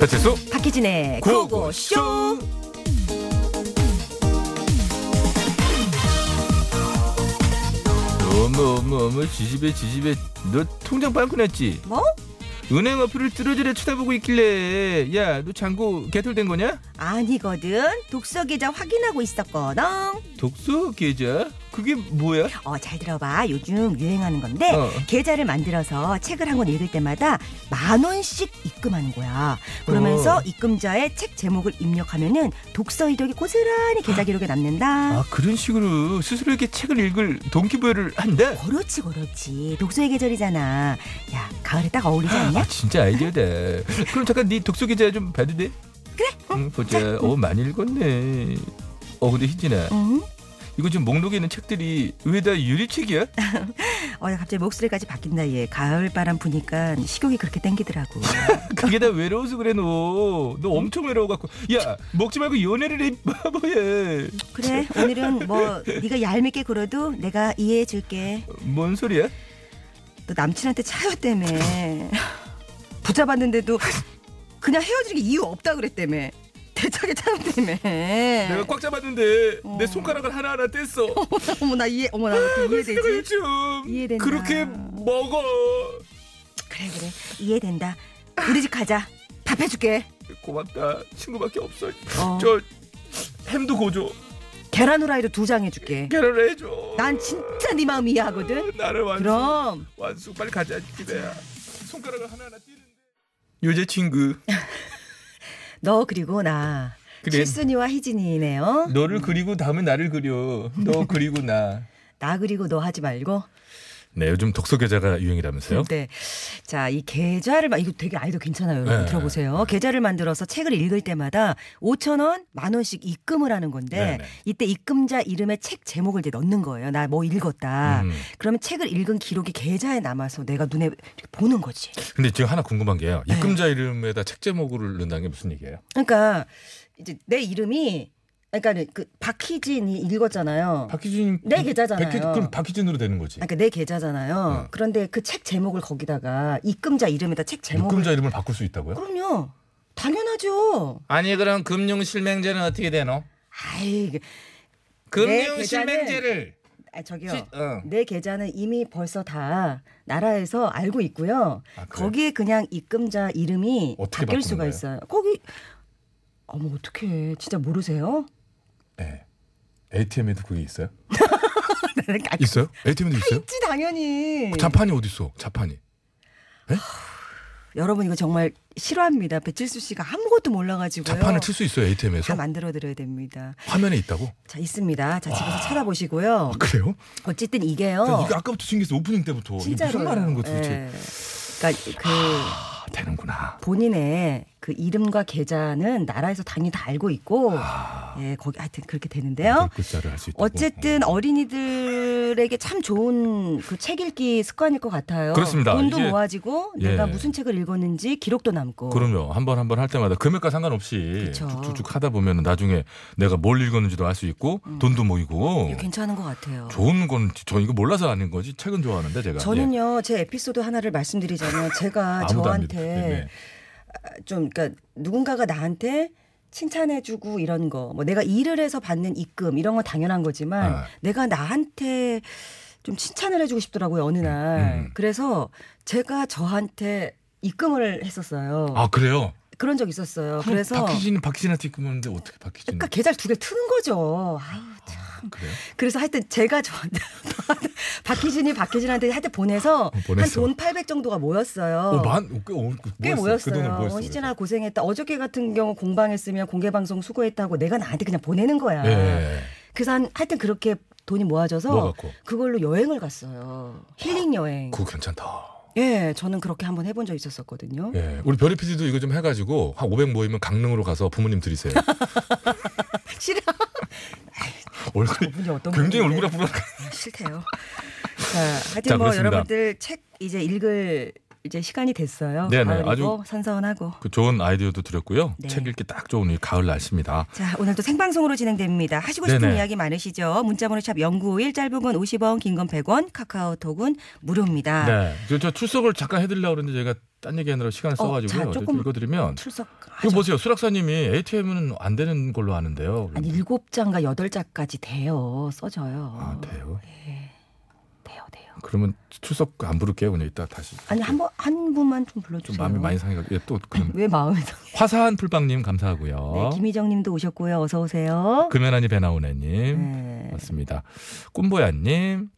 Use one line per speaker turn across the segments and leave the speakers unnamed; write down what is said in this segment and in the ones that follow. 배칠수
박희진의 고고쇼.
어머 어머 어머 지지배 지지배 너 통장 빵꾸났지?
뭐?
은행 어플을 뚫어지려 쳐다보고 있길래 야 너 잔고 개털된 거냐?
아니거든. 독서 계좌 확인하고 있었거든.
독서 계좌? 그게 뭐야?
어, 잘 들어봐. 요즘 유행하는 건데
어.
계좌를 만들어서 책을 한 권 읽을 때마다 만 원씩 입금하는 거야. 그러면서
어.
입금자의 책 제목을 입력하면은 독서 이력이 고스란히 계좌 기록에 남는다.
아 그런 식으로 스스로에게 책을 읽을 동기부여를 한다?
그렇지 그렇지. 독서의 계절이잖아. 야, 가을에 딱 어울리지 않냐?
아 진짜 아이디어다 그럼 잠깐 네 독서 계좌 좀 봐도 돼?
그래.
응, 보자 어 많이 읽었네 어 근데 희진아
응?
이거 지금 목록에 있는 책들이 왜 다 유리책이야?
어, 야, 갑자기 목소리까지 바뀐다 얘. 가을 바람 부니까 식욕이 그렇게 땡기더라고.
그게 다 외로워서 그래 너. 너 엄청 외로워갖고. 야 먹지 말고 연애를 해 바보야. 네.
그래 오늘은 뭐 네가 얄밉게 굴어도 내가 이해해 줄게
뭔 소리야?
너 남친한테 차였다며 붙잡았는데도 그냥 헤어지는 게 이유 없다 그랬다며 대차게 차였다며
내가 꽉 잡았는데
네. 어.
내 손가락을 하나하나 뗐어.
어머 나 이해 어머 나 어떻게
이걸
이해되지
좀
이해된다.
그렇게 먹어.
그래 그래 이해된다 우리 집 가자 밥 해줄게
고맙다. 친구밖에 없어.
어.
저 햄도 고줘.
계란 후라이도 두 장 해줄게
계란을 해줘.
난 진짜 네 마음 이해하거든
나를 완수.
그럼
완수 빨리 가자 집에야. 손가락을 하나하나 띄는데. 여자친구.
너 그리고 나
그래.
칠순이와 희진이네요
너를 그리고 다음에 나를 그려.
네.
너 그리고 나.
나 그리고 너 하지 말고
네, 요즘 독서 계좌가
어? 음.
유행이라면서요?
네. 자, 이 계좌를 마- 이거 되게 아이디어 괜찮아요. 여러분
네.
들어보세요. 계좌를 만들어서 책을 읽을 때마다 5천 원, 만 원씩 입금을 하는 건데
네, 네.
이때 입금자 이름에 책 제목을 이제 넣는 거예요. 나 뭐
아.
읽었다.
음.
그러면 책을 읽은 기록이 계좌에 남아서 내가 눈에 이렇게 보는 거지.
근데 지금 하나 궁금한 게요. 입금자 이름에다 책 제목을 넣는다는 게 무슨 얘기예요?
그러니까 이제 내 이름이 그러니까 그 박희진이 읽었잖아요.
어. 박희준
내 계좌잖아요.
박희준, 그럼 박희준으로 되는 거지.
그러니까 내 계좌잖아요.
네.
그런데 그 책 제목을 거기다가 입금자 이름에다 책 제목을
입금자 이름을 바꿀 수 있다고요?
그럼요. 당연하죠.
아니 그럼 금융 실명제는 어떻게 되노?
아이, 그-
네,
내 계좌는- 아, 저기요.
시- 어.
내 계좌는 이미 벌써 다 나라에서 알고 있고요.
아, 그래요?
거기에 그냥 입금자 이름이
어떻게
바뀔
바꾸는
수가
거예요?
있어요. 거기 어머 어떡해. 진짜 모르세요?
네. ATM에도 그게 있어요?
아,
있어요? ATM에도 있어요?
있지 당연히.
자판이 어디 그 있어? 자판이.
여러분 이거 정말 싫어합니다. 배칠수 씨가 아무것도 몰라 가지고요.
자판을 칠 수 있어요
다
ATM에서?
만들어 드려야 됩니다.
화면에 있다고?
자, 있습니다. 자, 집에서 찾아보시고요.
아 그래요?
어쨌든
나
이게요.
그러니까 이거 아까부터 신기했어 네. 오프닝 때부터. 이게
진짜로 예.
무슨 말하는 거 도대체?
그러니까 그
아 되는구나.
본인의 그 이름과 계좌는 나라에서 당연히 다 알고 있고
아.
예 거기 하여튼 그렇게 되는데요.
네, 글자를 할 수 있다고. 네.
어쨌든 어린이들에게 참 좋은 그 책 읽기 습관일 것 같아요.
그렇습니다.
돈도
이게-
모아지고
예.
내가 무슨 책을 읽었는지 기록도 남고.
어. 그럼요. 한 번 한 번 할 때마다 금액과 상관없이
그쵸.
쭉쭉쭉 하다 보면 나중에 내가 뭘 읽었는지도 알 수 있고 돈도 모이고
음. 이거 괜찮은 것 같아요.
좋은 건 저 이거 몰라서 아는 거지 책은 좋아하는데 제가
저는요 제 에피소드 하나를 말씀드리자면
예.
제가
아무도 안 믿어요. 예,
저한테
네네.
좀 그러니까 누군가가 나한테 칭찬해주고 이런 거 뭐 내가 일을 해서 받는 입금 이런 건 당연한 거지만
아.
내가 나한테 좀 칭찬을 해주고 싶더라고요 어느 날
음.
그래서 제가 저한테 입금을 했었어요
아 그래요.
그런 적 있었어요 그래서
박희진 박희진한테 입고 있는데 어떻게 박희진?
그러니까 계좌를 두 개 트는 거죠 아유 참
그래요?
그래서 하여튼 제가 저한테 박희진이 박희진한테 하여튼 보내서,
보냈어.
한 돈 800 정도가 모였어요
어만꽤 어,
꽤
그 돈을
모였어요.
모였어.
희진아 고생했다. 어저께 같은 경우 공방했으면 공개방송 수고했다고 내가 나한테 그냥 보내는 거야.
예.
그래서 한, 하여튼 그렇게 돈이 모아져서
뭐 모아갖고.
그걸로 여행을 갔어요. 힐링 여행.
그거 괜찮다.
예, 저는 그렇게 한번 해본 적 있었었거든요.
예. 우리 별이 PD도 이거 좀 해가지고 한 500 모이면 강릉으로 가서 부모님 드리세요.
싫어.
얼굴
분이 어떤
굉장히
분인데.
얼굴 앞으로
아, 싫대요. 자, 하여튼
자,
뭐
그렇습니다.
여러분들 책 이제 읽을 이제 시간이 됐어요.
네네,
가을이고 선선하고.
그 좋은 아이디어도 드렸고요.
네.
책 읽기 딱 좋은 이 가을 날씨입니다.
자, 오늘도 생방송으로 진행됩니다. 하시고 싶은
네네.
이야기 많으시죠? 문자번호 샵 0951, 짧은 건 50원, 긴 건 100원, 카카오톡은 무료입니다.
네. 저, 저 출석을 잠깐 해드리려고 그랬는데 제가 딴 얘기하느라 시간을
어,
써가지고요.
자, 조금
읽어드리면
출석.
이거 뭐 보세요. 수락사님이 ATM은 안 되는 걸로 아는데요.
아니, 일곱 장과 여덟 장까지 돼요. 써져요.
아, 돼요?
예. 돼요, 돼요.
그러면 출석 안 부를게요. 그냥 이따 다시.
아니, 한 번, 한 분만 좀 불러주세요.
좀 마음이 많이 상해가지고 예, 또 그럼
왜 마음이 상
화사한 풀빵님 감사하고요.
네, 김희정 님도 오셨고요. 어서 오세요.
금연하니 그 배나오네님
네.
맞습니다. 꿈보야님,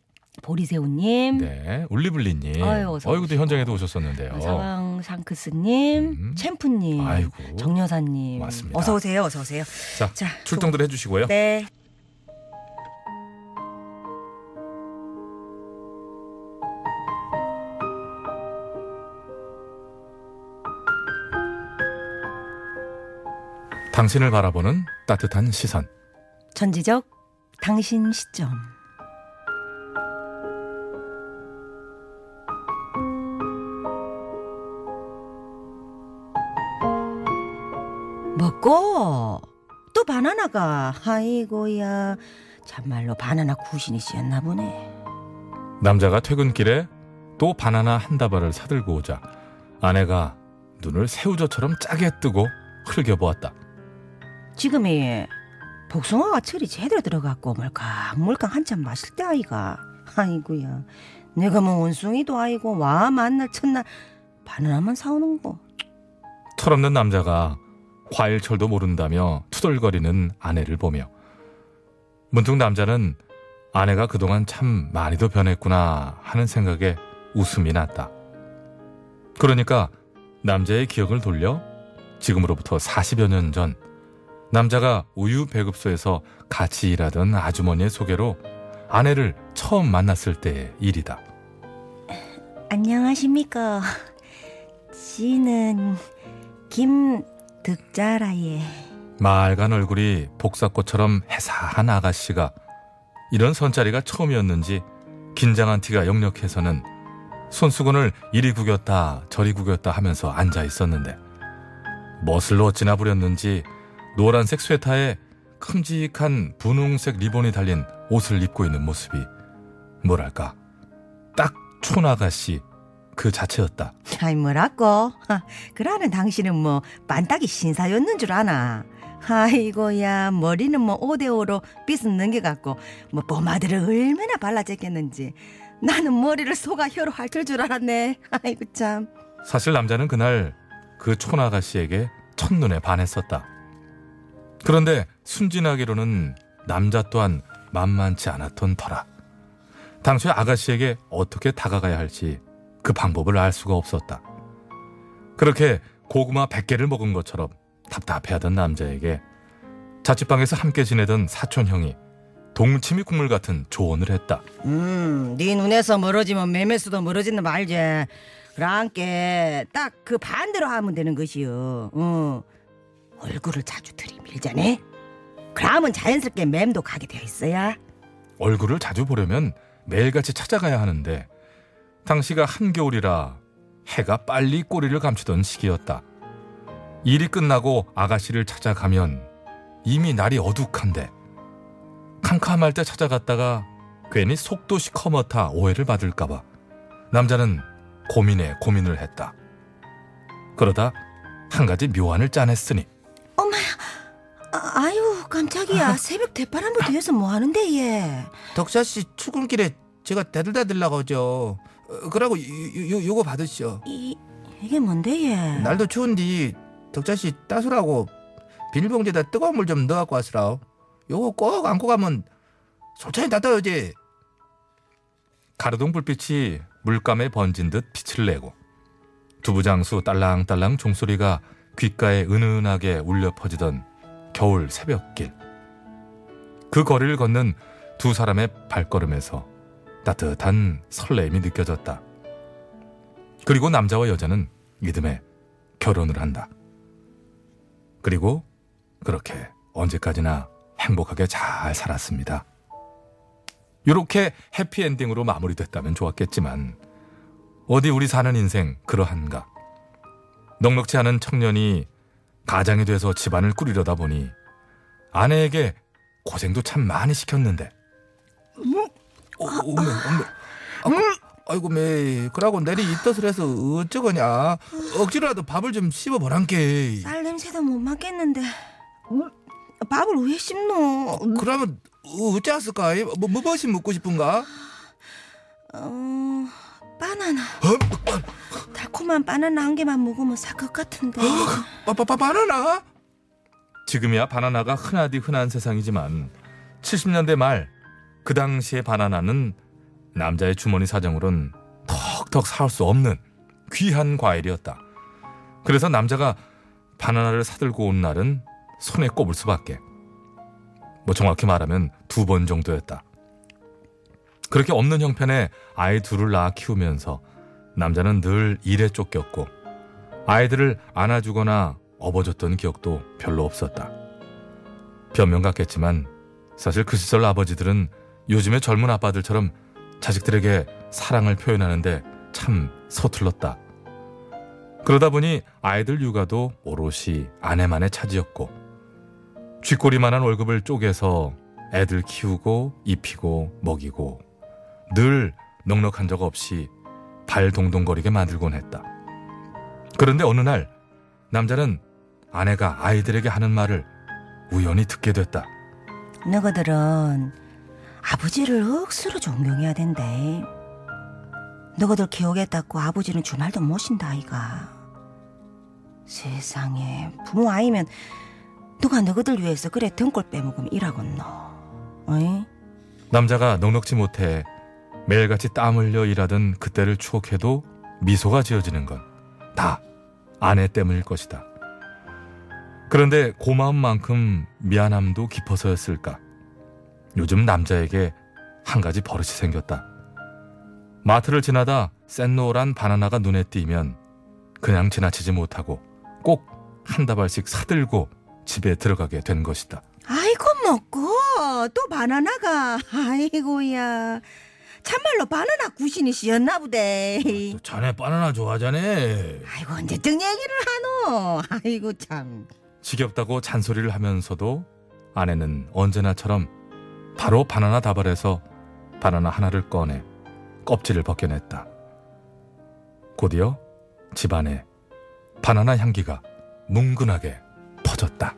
보리새우 님.
네 올리블리님,
음. 아유, 어서
어이구 또
오시고. 아,
현장에도 오셨었는데요.
사방 샹크스 님,
음.
챔프 님,
아이고.
정여사 님.
맞습니다.
어서 오세요. 어서 오세요.
자,
자,
출동들 해주시고요.
네.
당신을 바라보는 따뜻한 시선.
전지적 당신 시점. 먹고 또 바나나가 아이고야 참말로 바나나 구신이 씨였나 보네.
남자가 퇴근길에 또 바나나 한 다발을 사들고 오자 아내가 눈을 새우젓처럼 짜게 뜨고 흘겨보았다.
지금이 복숭아가 철이 제대로 들어갔고 물캉물캉 한참 마실 때 아이가 아이고야 내가 뭐 원숭이도 아니고 와 만날 첫날 바나나만 사오는 거.
철없는 남자가 과일철도 모른다며 투덜거리는 아내를 보며 문득 남자는 아내가 그동안 참 많이도 변했구나 하는 생각에 웃음이 났다. 그러니까 남자의 기억을 돌려 지금으로부터 40여 년 전 남자가 우유 배급소에서 같이 일하던 아주머니의 소개로 아내를 처음 만났을 때의 일이다.
안녕하십니까. 지는 김득자라예.
맑은 얼굴이 복사꽃처럼 해사한 아가씨가 이런 선자리가 처음이었는지 긴장한 티가 역력해서는 손수건을 이리 구겼다 저리 구겼다 하면서 앉아 있었는데 멋을 어찌나 부렸는지 노란색 쇠타에 큼직한 분홍색 리본이 달린 옷을 입고 있는 모습이 뭐랄까 딱 촌아가씨 그 자체였다.
아이 뭐라고? 하, 그러는 당신은 뭐 반딱이 신사였는 줄 아나? 아이고야 머리는 뭐 5대5로 빗은 넘겨갖고 뭐 뽀마드를 얼마나 발라졌겠는지 나는 머리를 속아 혀로 핥을 줄 알았네 아이고 참
사실 남자는 그날 그 촌아가씨에게 첫눈에 반했었다. 그런데 순진하기로는 남자 또한 만만치 않았던 터라. 당초에 아가씨에게 어떻게 다가가야 할지 그 방법을 알 수가 없었다. 그렇게 고구마 100개를 먹은 것처럼 답답해하던 남자에게 자취방에서 함께 지내던 사촌형이 동치미 국물 같은 조언을 했다.
음, 네 눈에서 멀어지면 매매수도 멀어진다 말지. 그랑께 딱 그 반대로 하면 되는 것이요. 어. 얼굴을 자주 들이밀자네. 그러면 자연스럽게 맴도 가게 되어 있어야.
얼굴을 자주 보려면 매일같이 찾아가야 하는데 당시가 한겨울이라 해가 빨리 꼬리를 감추던 시기였다. 일이 끝나고 아가씨를 찾아가면 이미 날이 어둑한데 캄캄할 때 찾아갔다가 괜히 속도 시커멓다 오해를 받을까봐 남자는 고민에 고민을 했다. 그러다 한 가지 묘안을 짜냈으니
아, 유 깜짝이야. 새벽 대바람을 뒤에서 뭐 하는데 얘.
덕샤 씨 출근길에 제가 대들다들 나가죠. 어, 그러고 요, 요, 요거 받으시오.
이 이게 뭔데 얘?
날도 추운데 덕샤 씨 따수라고 비닐봉지에다 뜨거운 물 좀 넣어갖고 왔으라. 요거 꼭 안고 가면 솔찬히 따뜻하지.
가로등 불빛이 물감에 번진 듯 빛을 내고 두부장수 딸랑딸랑 종소리가 귓가에 은은하게 울려 퍼지던 겨울 새벽길 그 거리를 걷는 두 사람의 발걸음에서 따뜻한 설렘이 느껴졌다. 그리고 남자와 여자는 이듬해 결혼을 한다. 그리고 그렇게 언제까지나 행복하게 잘 살았습니다. 요렇게 해피엔딩으로 마무리됐다면 좋았겠지만 어디 우리 사는 인생 그러한가. 넉넉치 않은 청년이 가장이 돼서 집안을 꾸리려다 보니 아내에게 고생도 참 많이 시켰는데
어, 어메, 어메. 아, 아이고 매 그러고 내리 이 뜻을 해서 어쩌거냐 억지로라도 밥을 좀 씹어보란게
쌀 냄새도 못 맡겠는데 음? 밥을 왜 씹노?
어, 그러면 어쩌었을까 뭐, 무엇이 먹고 싶은가
어, 바나나
어?
달콤한 바나나 한 개만 먹으면 살 것 같은데
빠빠빠 바나나
지금이야 바나나가 흔하디 흔한 세상이지만 70년대 말 그 당시의 바나나는 남자의 주머니 사정으론 턱턱 사올 수 없는 귀한 과일이었다. 그래서 남자가 바나나를 사들고 온 날은 손에 꼽을 수밖에. 뭐 정확히 말하면 두 번 정도였다. 그렇게 없는 형편에 아이 둘을 낳아 키우면서 남자는 늘 일에 쫓겼고 아이들을 안아주거나 업어줬던 기억도 별로 없었다. 변명 같겠지만 사실 그 시절 아버지들은 요즘의 젊은 아빠들처럼 자식들에게 사랑을 표현하는데 참 서툴렀다. 그러다 보니 아이들 육아도 오롯이 아내만의 차지였고 쥐꼬리만한 월급을 쪼개서 애들 키우고 입히고 먹이고 늘 넉넉한 적 없이 발 동동거리게 만들곤 했다. 그런데 어느 날 남자는 아내가 아이들에게 하는 말을 우연히 듣게 됐다.
너희들은 아버지를 억수로 존경해야 된대 너희들 키우겠다고 아버지는 주말도 못 쉰다 아이가 세상에 부모 아이면 누가 너희들 위해서 그래 등골 빼먹으면 일하겠노 어이?
남자가 넉넉지 못해 매일같이 땀 흘려 일하던 그때를 추억해도 미소가 지어지는 건 다 아내 때문일 것이다. 그런데 고마움만큼 미안함도 깊어서였을까. 요즘 남자에게 한 가지 버릇이 생겼다. 마트를 지나다 센노란 바나나가 눈에 띄면 그냥 지나치지 못하고 꼭 한 다발씩 사들고 집에 들어가게 된 것이다.
아이고 먹고 또 바나나가 아이고야 참말로 바나나 구신이시였나 보대
자네 바나나 좋아하자네
아이고 언제 등 얘기를 하노 아이고 참
지겹다고 잔소리를 하면서도 아내는 언제나처럼 바로 바나나 다발에서 바나나 하나를 꺼내 껍질을 벗겨냈다. 곧이어 집안에 바나나 향기가 뭉근하게 퍼졌다.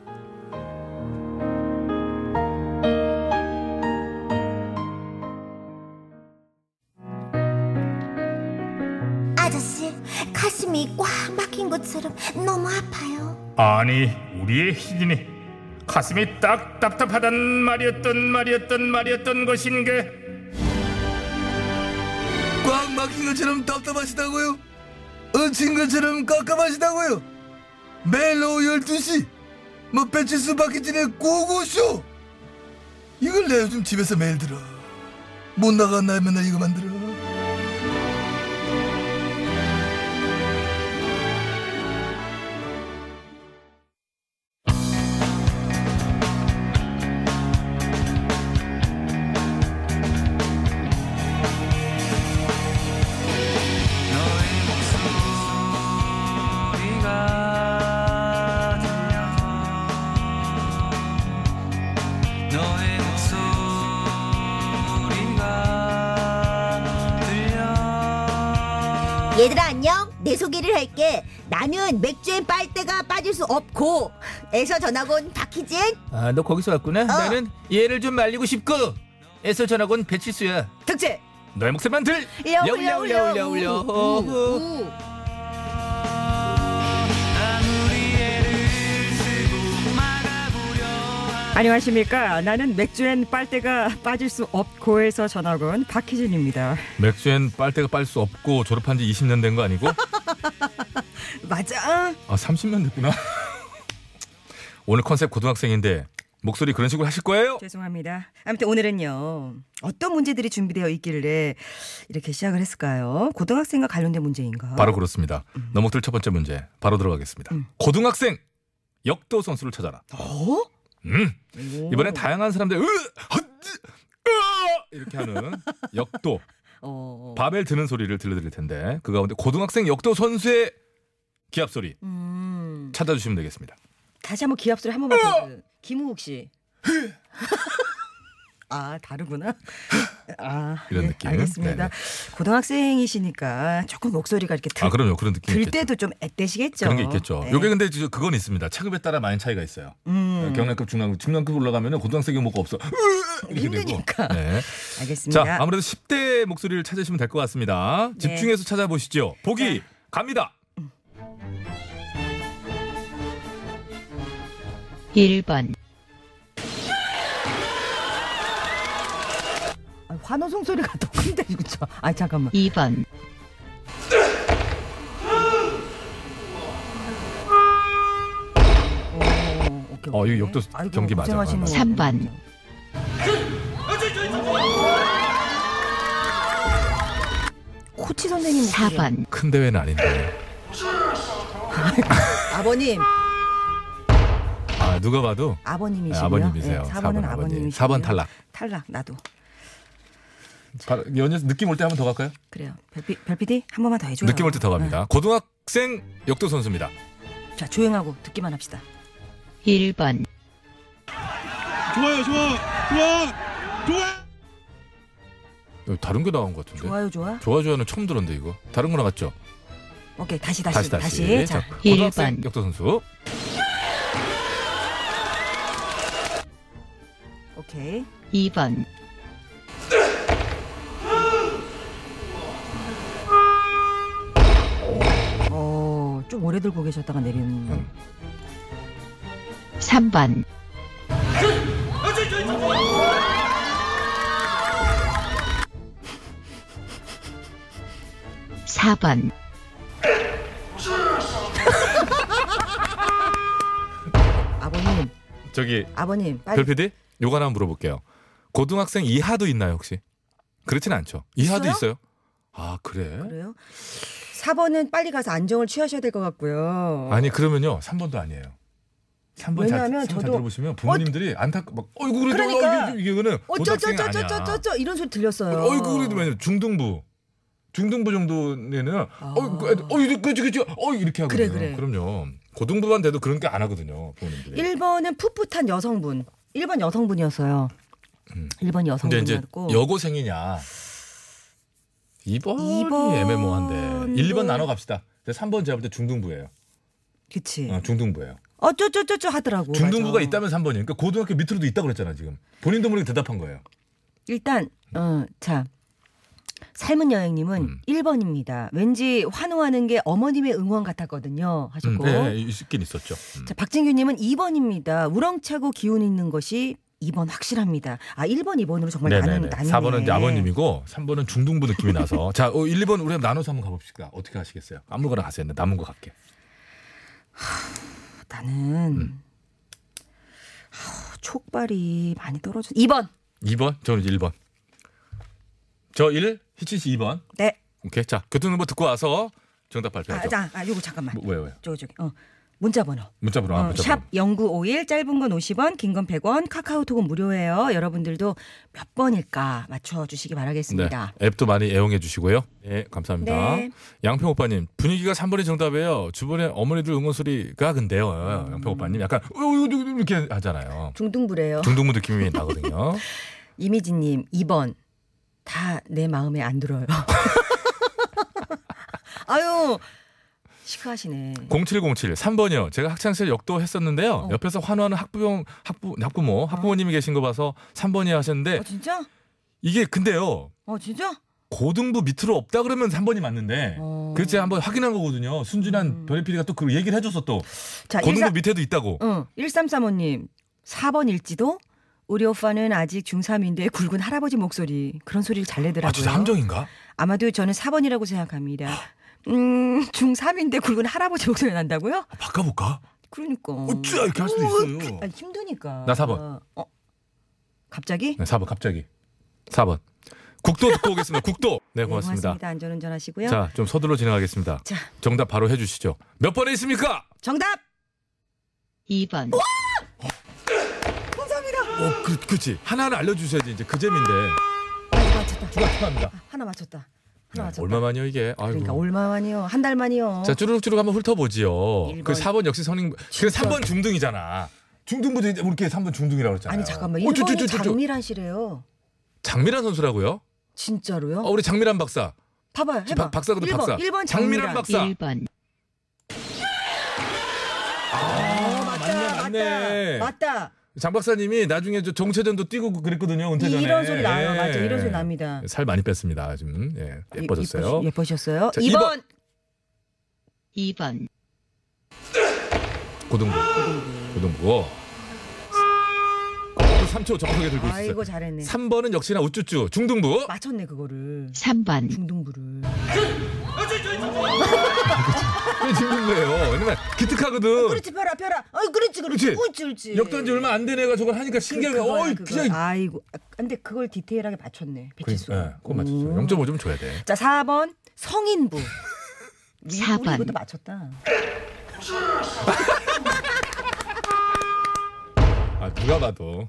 아저씨 가슴이 꽉 막힌 것처럼 너무 아파요.
아니 우리의 희진이 가슴이 딱 답답하단 말이었던 말이었던 말이었던 것인 게
꽉 막힌 것처럼 답답하시다고요? 얹힌 것처럼 깝깝하시다고요? 매일 오후 12시 뭐 배치수 박희진의 고고쇼 이걸 내 요즘 집에서 매일 들어 못 나간 날 맨날 이거만 들어
얘들아 안녕. 내 소개를 할게. 나는 맥주엔 빨대가 빠질 수 없고 에서 전학 온 박희진.
아 너 거기서 왔구나 나는 얘를 좀 말리고 싶고 애써 전학 온 배치수야
특제
너의 목소리만 들
음.
음, 우.
안녕하십니까. 나는 맥주엔 빨대가 빠질 수 없고에서 전학 온 박희진입니다.
맥주엔 빨대가 빨 수 없고 졸업한 지 20년 된 거 아니고?
맞아
아 30년 됐구나. 오늘 컨셉 고등학생인데 목소리 그런 식으로 하실 거예요?
죄송합니다. 아무튼 오늘은요. 어떤 문제들이 준비되어 있길래 이렇게 시작을 했을까요? 고등학생과 관련된 문제인가?
바로 그렇습니다. 넘어들 첫 번째 문제 바로 들어가겠습니다.
음.
고등학생 역도 선수를 찾아라.
어?
음,
오.
이번에 다양한 사람들 으, 헛, 으, 이렇게 하는 역도
어.
바벨 드는 소리를 들려드릴 텐데 그 가운데 고등학생 역도 선수의 기합 소리
음.
찾아주시면 되겠습니다.
다시 한번 기합 소리 한 번만 더. 그, 김우욱 씨. 아 다르구나. 아
이런
예,
느낌.
알겠습니다. 고등학생이시니까 조금 목소리가 이렇게 들,
아 그럼요 그런 느낌
들
있겠죠.
때도 좀 애때시겠죠.
그런 게 있겠죠.
네.
요게 근데 저- 그건 있습니다. 체급에 따라 많이 차이가 있어요.
음,
경량급 중량급 중량급 올라가면 고등학생 경모가 없어. 이렇게 되고.
힘드니까.
네.
알겠습니다.
자 아무래도 10대 목소리를 찾으시면 될 것 같습니다. 집중해서 찾아보시죠. 보기 갑니다.
1번,
아, 환호성 소리가 더 큰데 그죠? 아 잠깐만.
2번,
5
어, 이거 역도 경기 맞아. 어, 맞아.
3번,
코치 선생님 목소리야.
4번,
큰 대회는 아닌데.
아버님
아 누가 봐도
아버님이시고요.
아, 버님이세요
네,
4번
4번은
아버님.
아버님.
4번 탈락.
탈락 나도
바로 연예서 느낌 올 때 한 번 더 갈까요? 네.
그래요. 별피 별피디 한 번만 더 해줘요.
느낌 올 때 더 갑니다. 고등학생 역도 선수입니다.
네. 자 조용하고 듣기만 합시다.
1번,
어, 다른 게 나온 것 같은데.
좋아요 좋아.
좋아 좋아는 처음 들었는데 이거. 다른 거 나갔죠?
오케이 다시
다시
다시
다시.
자
자, 고등학생
일반.
역도 선수.
오케이
2번,
어좀 오래 들고 계셨다가 내리는
음.
3번, 4번,
아버님
저기
아버님 빨리
별피디 요거 하나 물어볼게요. 고등학생 이하도 있나요 혹시? 그렇진 않죠. 이하도
있어요?
있어요? 아 그래?
그래요? 4번은 빨리 가서 안정을 취하셔야 될 것 같고요.
아니 그러면요 3번도 아니에요. 3번 잘,
왜냐하면
3번 잘
저도-
들어보시면 부모님들이 안타까 막 어이구 그래도
그러니까.
어, 이게, 이거는 고등학생이 아니야.
어쩌쩌쩌쩌쩌쩌 이런 소리 들렸어요.
어이구 그래도 왜냐 중등부 중등부 정도는 어이구 애들, 어이 그치 그치 어이 이렇게 하거든요.
그래, 그래.
그럼요. 고등부만 돼도 그런 게 안 하거든요 부모님들이.
1번은 풋풋한 여성분. 1번 여성분이었어요.
음.
1번
근데 이제
여성분이었고
여고생이냐 2번이
이번도-
애매모한데 1, 2번 나눠 갑시다. 근데 3번 제가 볼 때 중등부예요.
그치.
어, 중등부예요.
어쩌쩌쩌쩌 하더라고.
중등부가
맞아.
있다면 3번이니까 고등학교 밑으로도 있다 그랬잖아 지금. 본인도 모르게 대답한 거예요.
일단 어, 자. 삶은 여행님은
음.
1번입니다. 왠지 환호하는 게 어머님의 응원 같았거든요. 하셨고.
네, 있긴 있었죠. 음.
자, 박진규님은 2번입니다. 우렁차고 기운 있는 것이 2번 확실합니다. 아, 1번, 2번으로 정말 나는 나뉘네.
4번은 이제 아버님이고 3번은 중등부 느낌이 나서 자 어, 1, 2번 우리 나눠서 한번 가봅시다. 어떻게 하시겠어요? 아무거나 가세요. 네, 남은 거 갈게.
나는
음.
아우, 촉발이 많이 떨어져. 2번.
2번 저는 1번. 저 1, 희치 씨 2번.
네.
오케이. 자 교통 정보 듣고 와서 정답
아,
발표하죠.
자, 아, 요거 잠깐만.
네, 뭐, 왜요? 왜요?
저기 저기. 어. 문자 번호.
문자 번호
어,
아, 문자 번호.
샵 0951 짧은 건 50원, 긴 건 100원, 카카오톡은 무료예요. 여러분들도 몇 번일까 맞춰 주시기 바라겠습니다.
네, 앱도 많이 애용해 주시고요. 예, 감사합니다.
네.
양평 오빠님 분위기가 3번이 정답이에요. 주변에 어머니들 응원 소리가 근데요.
음.
양평 오빠님 약간 으, 으, 으, 으, 이렇게 하잖아요.
중등부래요.
중등부 느낌이 나거든요.
이미지 님 2번. 다 내 마음에 안 들어요. 아유. 시크하시네.
0707 3번이요. 제가 학창시절 역도 했었는데요.
어.
옆에서 환호하는 학부형 학부 학부모 학부모님이 계신 거 봐서 3번이 하셨는데
아. 어 진짜?
이게 근데요.
어 진짜?
고등부 밑으로 없다 그러면 3번이 맞는데
어. 음.
그제 한번 확인한 거거든요. 순진한 변희 PD가 또 그 얘기를 해줬어 또
자,
고등부
일사- 어,
밑에도 있다고.
응. 1335님, 4번일지도? 우리 오빠는 아직 중3인데 굵은 할아버지 목소리. 그런 소리를 잘 내더라고요.
아 진짜 함정인가?
마도 저는 4번이라고 생각합니다. 음, 중3인데 굵은 할아버지 목소리 난다고요?
아, 바꿔볼까?
그러니까.
어찌야 이렇게 할 수도 있어요.
아, 힘드니까.
나 4번.
어? 갑자기?
네, 4번 갑자기. 4번. 국도 듣고 오겠습니다. 국도. 네, 고맙습니다.
고맙습니다. 안전운전 하시고요.
자, 좀 서둘러 진행하겠습니다.
자.
정답 바로 해 주시죠. 몇 번에 있습니까?
정답!
2번,
어, 그, 그치. 하나를 알려 주셔야지 이제 그 재미인데.
맞아, 맞아. 맞췄다.
추가 추가합니다.
하나 맞췄다.
네,
하나 맞췄다.
얼마만이요 이게? 아이고.
그러니까 얼마만이요? 한 달만이요.
자 쭈루룩쭈룩 한번 훑어보지요.
일번.
그 4번 역시 선임. 그 3번 중등이잖아. 중등부도
뭐
이제 우리끼리 3번 중등이라고 그랬잖아요.
아니 잠깐만.
어,
일본이
쭈, 쭈, 쭈, 쭈, 쭈.
장미란 씨래요.
장미란 선수라고요?
진짜로요?
어, 우리 장미란 박사.
봐봐요. 해봐.
박- 박사 그래도
1번,
박사. 장미란
1번 장미란.
박사.
1번
어, 맞다.
맞네.
맞다. 맞다.
장 박사님이 나중에 저 정체전도 뛰고 그랬거든요.
이-
은퇴전에. 예.
이런 소리 나요. 맞죠. 이런 소리 납니다.
살 많이 뺐습니다. 지금 예, 예뻐졌어요.
예뻐, 예뻐셨어요.
자,
2번.
2번
예.
고등부. 고등부. 3초 정확하게 들고 있어요.
아이고 잘했네.
3번은 역시나 우쭈쭈 중등부.
맞췄네 그거를.
3번
음.
중등부를.
왜 중등부예요? 왜냐면 기특하거든.
그렇지 펴라 펴라. 어 그렇지 그렇지.
그렇지.
옳지 옳지.
역단지 얼마 안 된 애가 저걸 하니까 신기하게
예. 그거야,
어이
그거야.
그냥
아이고 아, 근데 그걸 디테일하게 맞췄네. 배치수. 음.
그러니까, 예, 그거 맞췄어요.
오.
0.5 좀 줘야 돼.
자 4번 성인부. 우리- 우리
4번
이것도 맞췄다.
아, 누가 봐도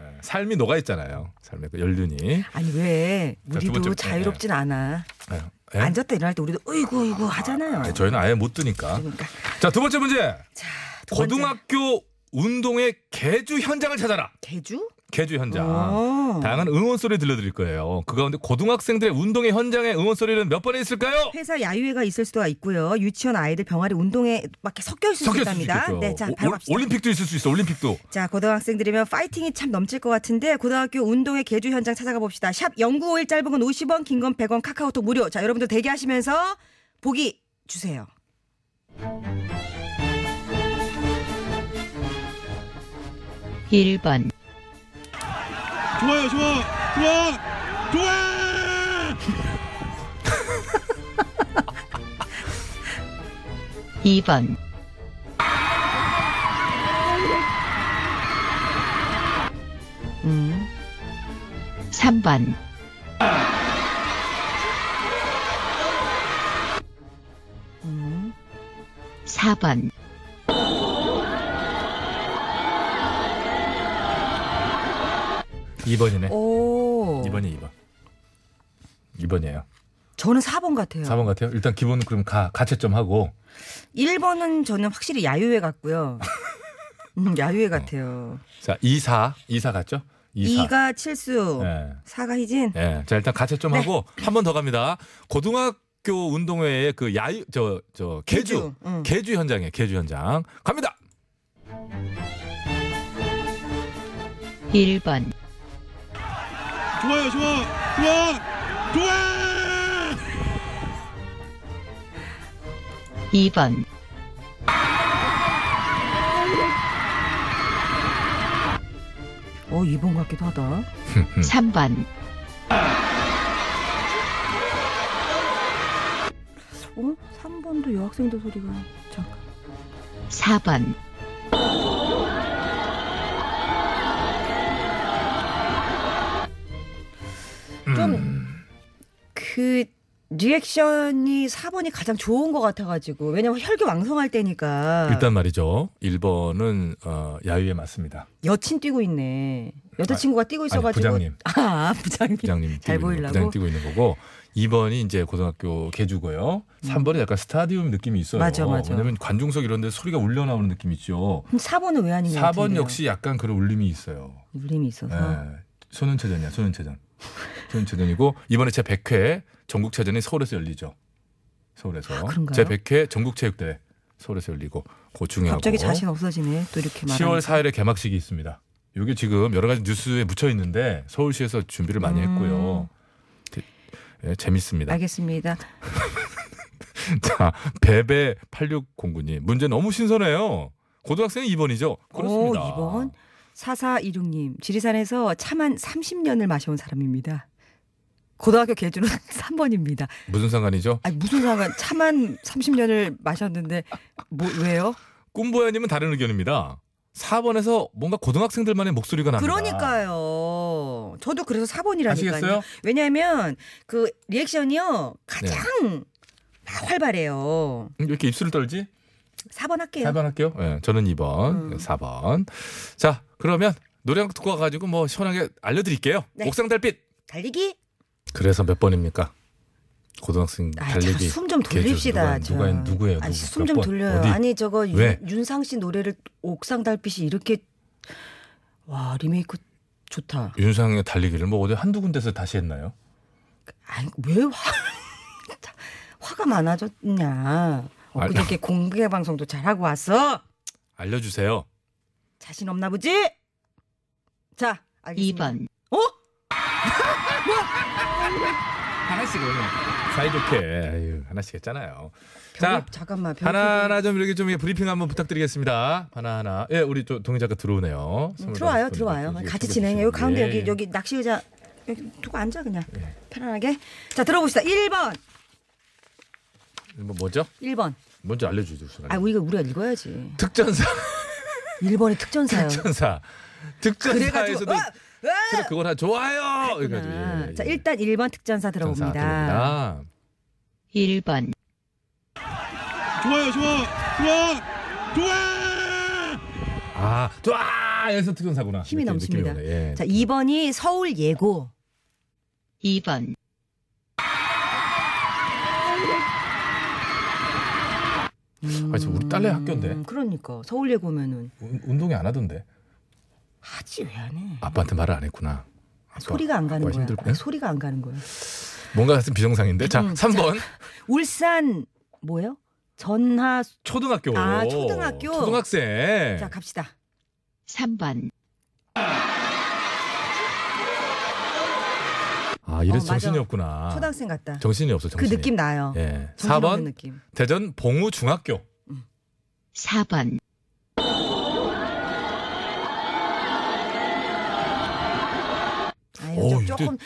예, 삶이 녹아 있잖아요. 삶의 그 연륜이.
아니 왜
자, 두 번째.
우리도 자유롭진 않아.
예, 예.
앉았다 일어날 때 우리도 으이구 으이구 하잖아요.
아니, 저희는 아예 못 드니까.
그러니까
자, 두 번째 문제.
두 번째.
고등학교 운동회 개주 현장을 찾아라.
개주?
개주 현장.
오.
다양한 응원 소리 들려드릴 거예요. 그 가운데 고등학생들의 운동회 현장의 응원 소리는 몇 번에 있을까요?
회사 야유회가 있을 수도 있고요. 유치원 아이들 병아리 운동에 막 이렇게 섞여 있을 수
섞였을 수
있답니다.
있겠죠.
네, 자
오-
바로
올-
갑시다.
올림픽도 있을 수 있어. 올림픽도.
자 고등학생들이면 파이팅이 참 넘칠 것 같은데 고등학교 운동회 개주 현장 찾아가 봅시다. 샵 0951 짧은 건 50원 긴 건 100원 카카오톡 무료. 자 여러분들 대기하시면서 보기 주세요.
일번
좋아요, 좋아, 좋아, 좋아.
2번 음. 3번 음. 4번
2번이네.
오.
2번이 2번. 2번이에요.
저는 4번 같아요.
4번 같아요. 일단 기본 그럼 가 가채점 하고
1번은 저는 확실히 야유회 같고요. 음, 야유회 같아요.
자, 2 4. 2 4 갔죠? 2 4.
2가 뭐. 칠수,
예.
4가 희진.
예. 자, 일단 가채점 하고
네.
한 번 더 갑니다. 고등학교 운동회의 그 야유 저저 개주.
개주, 응.
개주 현장에 개주 현장. 갑니다.
1번
좋아요, 좋아, 좋아, 좋아.
2번
어, 2번 같기도 하다.
3번
어? 3번도 여학생들 소리가. 잠깐.
4번
음.
그 리액션이 4번이 가장 좋은 것 같아가지고 왜냐면 혈기 왕성할 때니까
일단 말이죠. 1번은 어, 야유에 맞습니다.
여친 뛰고 있네 여자친구가 뛰고 있어가지고
부장님.
아 부장님
부장님 뛰고
잘
있는 거,
보이려고
부장님 뛰고 있는 거고 2번이 이제 고등학교 개주고요. 3번이 약간 스타디움 느낌이 있어요.
음. 맞아, 맞아.
왜냐면 관중석 이런 데 소리가 울려 나오는 느낌이 있죠.
그럼 4번은 왜 아닌 것
4번
같은데요?
역시 약간 그런 울림이 있어요.
울림이 있어서
예. 소년체전이야, 소년체전. 소년체전이고 이번에 제 100회 전국체전이 서울에서 열리죠. 서울에서.
아, 그런가요?
제 100회 전국체육대회 서울에서 열리고 그 중요하고.
갑자기 자신 없어지네 또 이렇게 말하
10월 4일에 개막식이 있습니다. 이게 지금 여러 가지 뉴스에 묻혀 있는데 서울시에서 준비를
음.
많이 했고요. 그- 예, 재밌습니다.
알겠습니다
자, 베베 8609님. 문제 너무 신선해요. 고등학생이 2번이죠? 그렇습니다.
오, 2번 4426님 지리산에서 차만 30년을 마셔온 사람입니다 고등학교 개주는 3번입니다
무슨 상관이죠?
아니 무슨 상관 차만 30년을 마셨는데 뭐 왜요?
꿈보야님은 다른 의견입니다. 4번에서 뭔가 고등학생들만의 목소리가 납니다.
그러니까요. 저도 그래서 4번이라니까요.
아시겠어요?
왜냐하면 그 리액션이요 가장
네.
막 활발해요.
음, 왜 이렇게 입술을 떨지?
4번 할게요.
4번 할게요. 예, 저는 2번,
음.
4번. 자, 그러면 노래 한 곡 듣고 와가지고 뭐 시원하게 알려드릴게요.
네.
옥상 달빛.
달리기.
그래서 몇 번입니까? 고등학생 달리기
숨 좀
개조
돌립시다.
누가, 누가
저.
누구예요?
아니
누구?
숨
몇
좀
번?
돌려요.
어디?
아니 저거
왜?
윤, 윤상 씨 노래를 옥상 달빛이 이렇게 와 리메이크 좋다.
윤상의 달리기를 뭐 어디 한두 군데서 다시 했나요?
아니 왜 화, 화가 많아졌냐? 어, 엊그저께 공개 방송도 잘하고 왔어.
알려주세요.
자신 없나 보지? 자, 알겠습니다.
2번,
어?
하나씩 오늘 사이좋게 아유, 하나씩 했잖아요.
별,
자
잠깐만. 별 음,
하나 하나 좀 이렇게 좀 브리핑 한번 부탁드리겠습니다. 하나 하나 예 우리 또 동희 작가 들어오네요.
음,
선물
들어와요,
받으실
들어와요.
예, 분들
같이
소개해
진행해요. 여기
주시면.
가운데
예.
여기 여기 낚시 의자 여기 두고 앉아 그냥 편안하게. 자, 들어봅시다. 1번,
뭐 뭐죠?
1번.
뭔지 알려주세요.
아, 우리가 우리가 읽어야지.
특전사
1번이 특전사요.
특전사 특전사에서도
그래가지고, 어!
그래 그거나 좋아요. 그래가지고, 예, 예.
자, 일단 1번 특전사
특전사
들어봅니다.
들어옵니다.
1번,
좋아요 좋아 좋아 좋아
아 좋아 여기서 특전사구나.
힘이
이렇게 느낌이
넘칩니다.
오네. 예.
자, 2번이 서울 예고.
2번,
아, 지금 우리 딸내 학교인데
음, 그러니까 서울 예고 오면은
운- 운동이 안 하던데
하지 왜 안 해?
아빠한테 말을 안 했구나. 아빠,
소리가 안 가는
아빠
거야.
힘들고.
아니, 소리가 안 가는 거야.
뭔가 같은 비정상인데 자
음,
3번
울산 뭐요? 전하
초등학교
아, 초등학교.
초등학생
자 갑시다.
3번,
아 이래
어,
서 정신이
맞아.
없구나
초등학생 같다.
정신이 없어
그
정신이
느낌 나요.
예
정신없는
4번
느낌.
대전 봉우 중학교
4번,
아유,
어우,
좀
이때-
조금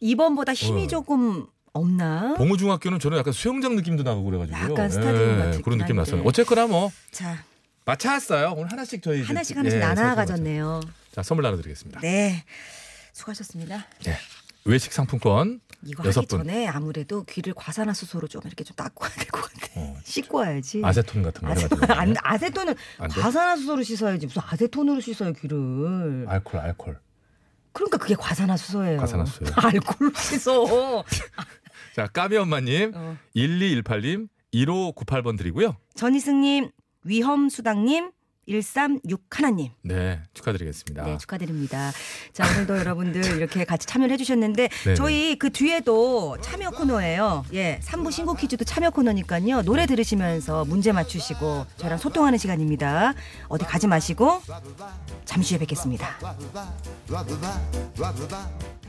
2번보다 힘이
어.
조금 없나?
봉우 중학교는 저는 약간 수영장 느낌도 나고 그래가지고요 예,
약간 스타디움 같긴
그런 느낌
한데.
났어요 어쨌거나 뭐
자
마차였어요 오늘 하나씩 저희 이제-
하나씩 하나씩
예, 살펴봤죠.
나눠가졌네요.
자 선물 나눠드리겠습니다
네 수고하셨습니다.
예 외식 상품권
이거
여섯
하기
분.
전에 아무래도 귀를 과산화수소로 좀 이렇게 좀 닦고 와야 될 것 같아.
어,
씻고 와야지.
아세톤 같은 거
네. 아세톤,
해가지고
안, 아세톤은
안 돼?
과산화수소로 씻어야지 무슨 아세톤으로 씻어요 귀를
알콜 알콜
그러니까 그게 과산화수소예요
아. 과산화수소예요.
알코올 씻어
자 까미 엄마님
어.
1218님 1598번 드리고요
전희승님 위험수당님 136 하나님
네 축하드리겠습니다
네 축하드립니다 자 오늘도 여러분들 이렇게 같이 참여를 해주셨는데
네.
저희 그 뒤에도 참여 코너예요 예 3부 신곡 퀴즈도 참여 코너니까요 노래 들으시면서 문제 맞추시고 저랑 소통하는 시간입니다 어디 가지 마시고 잠시 후에 뵙겠습니다
와, 와, 와, 와, 와, 와, 와.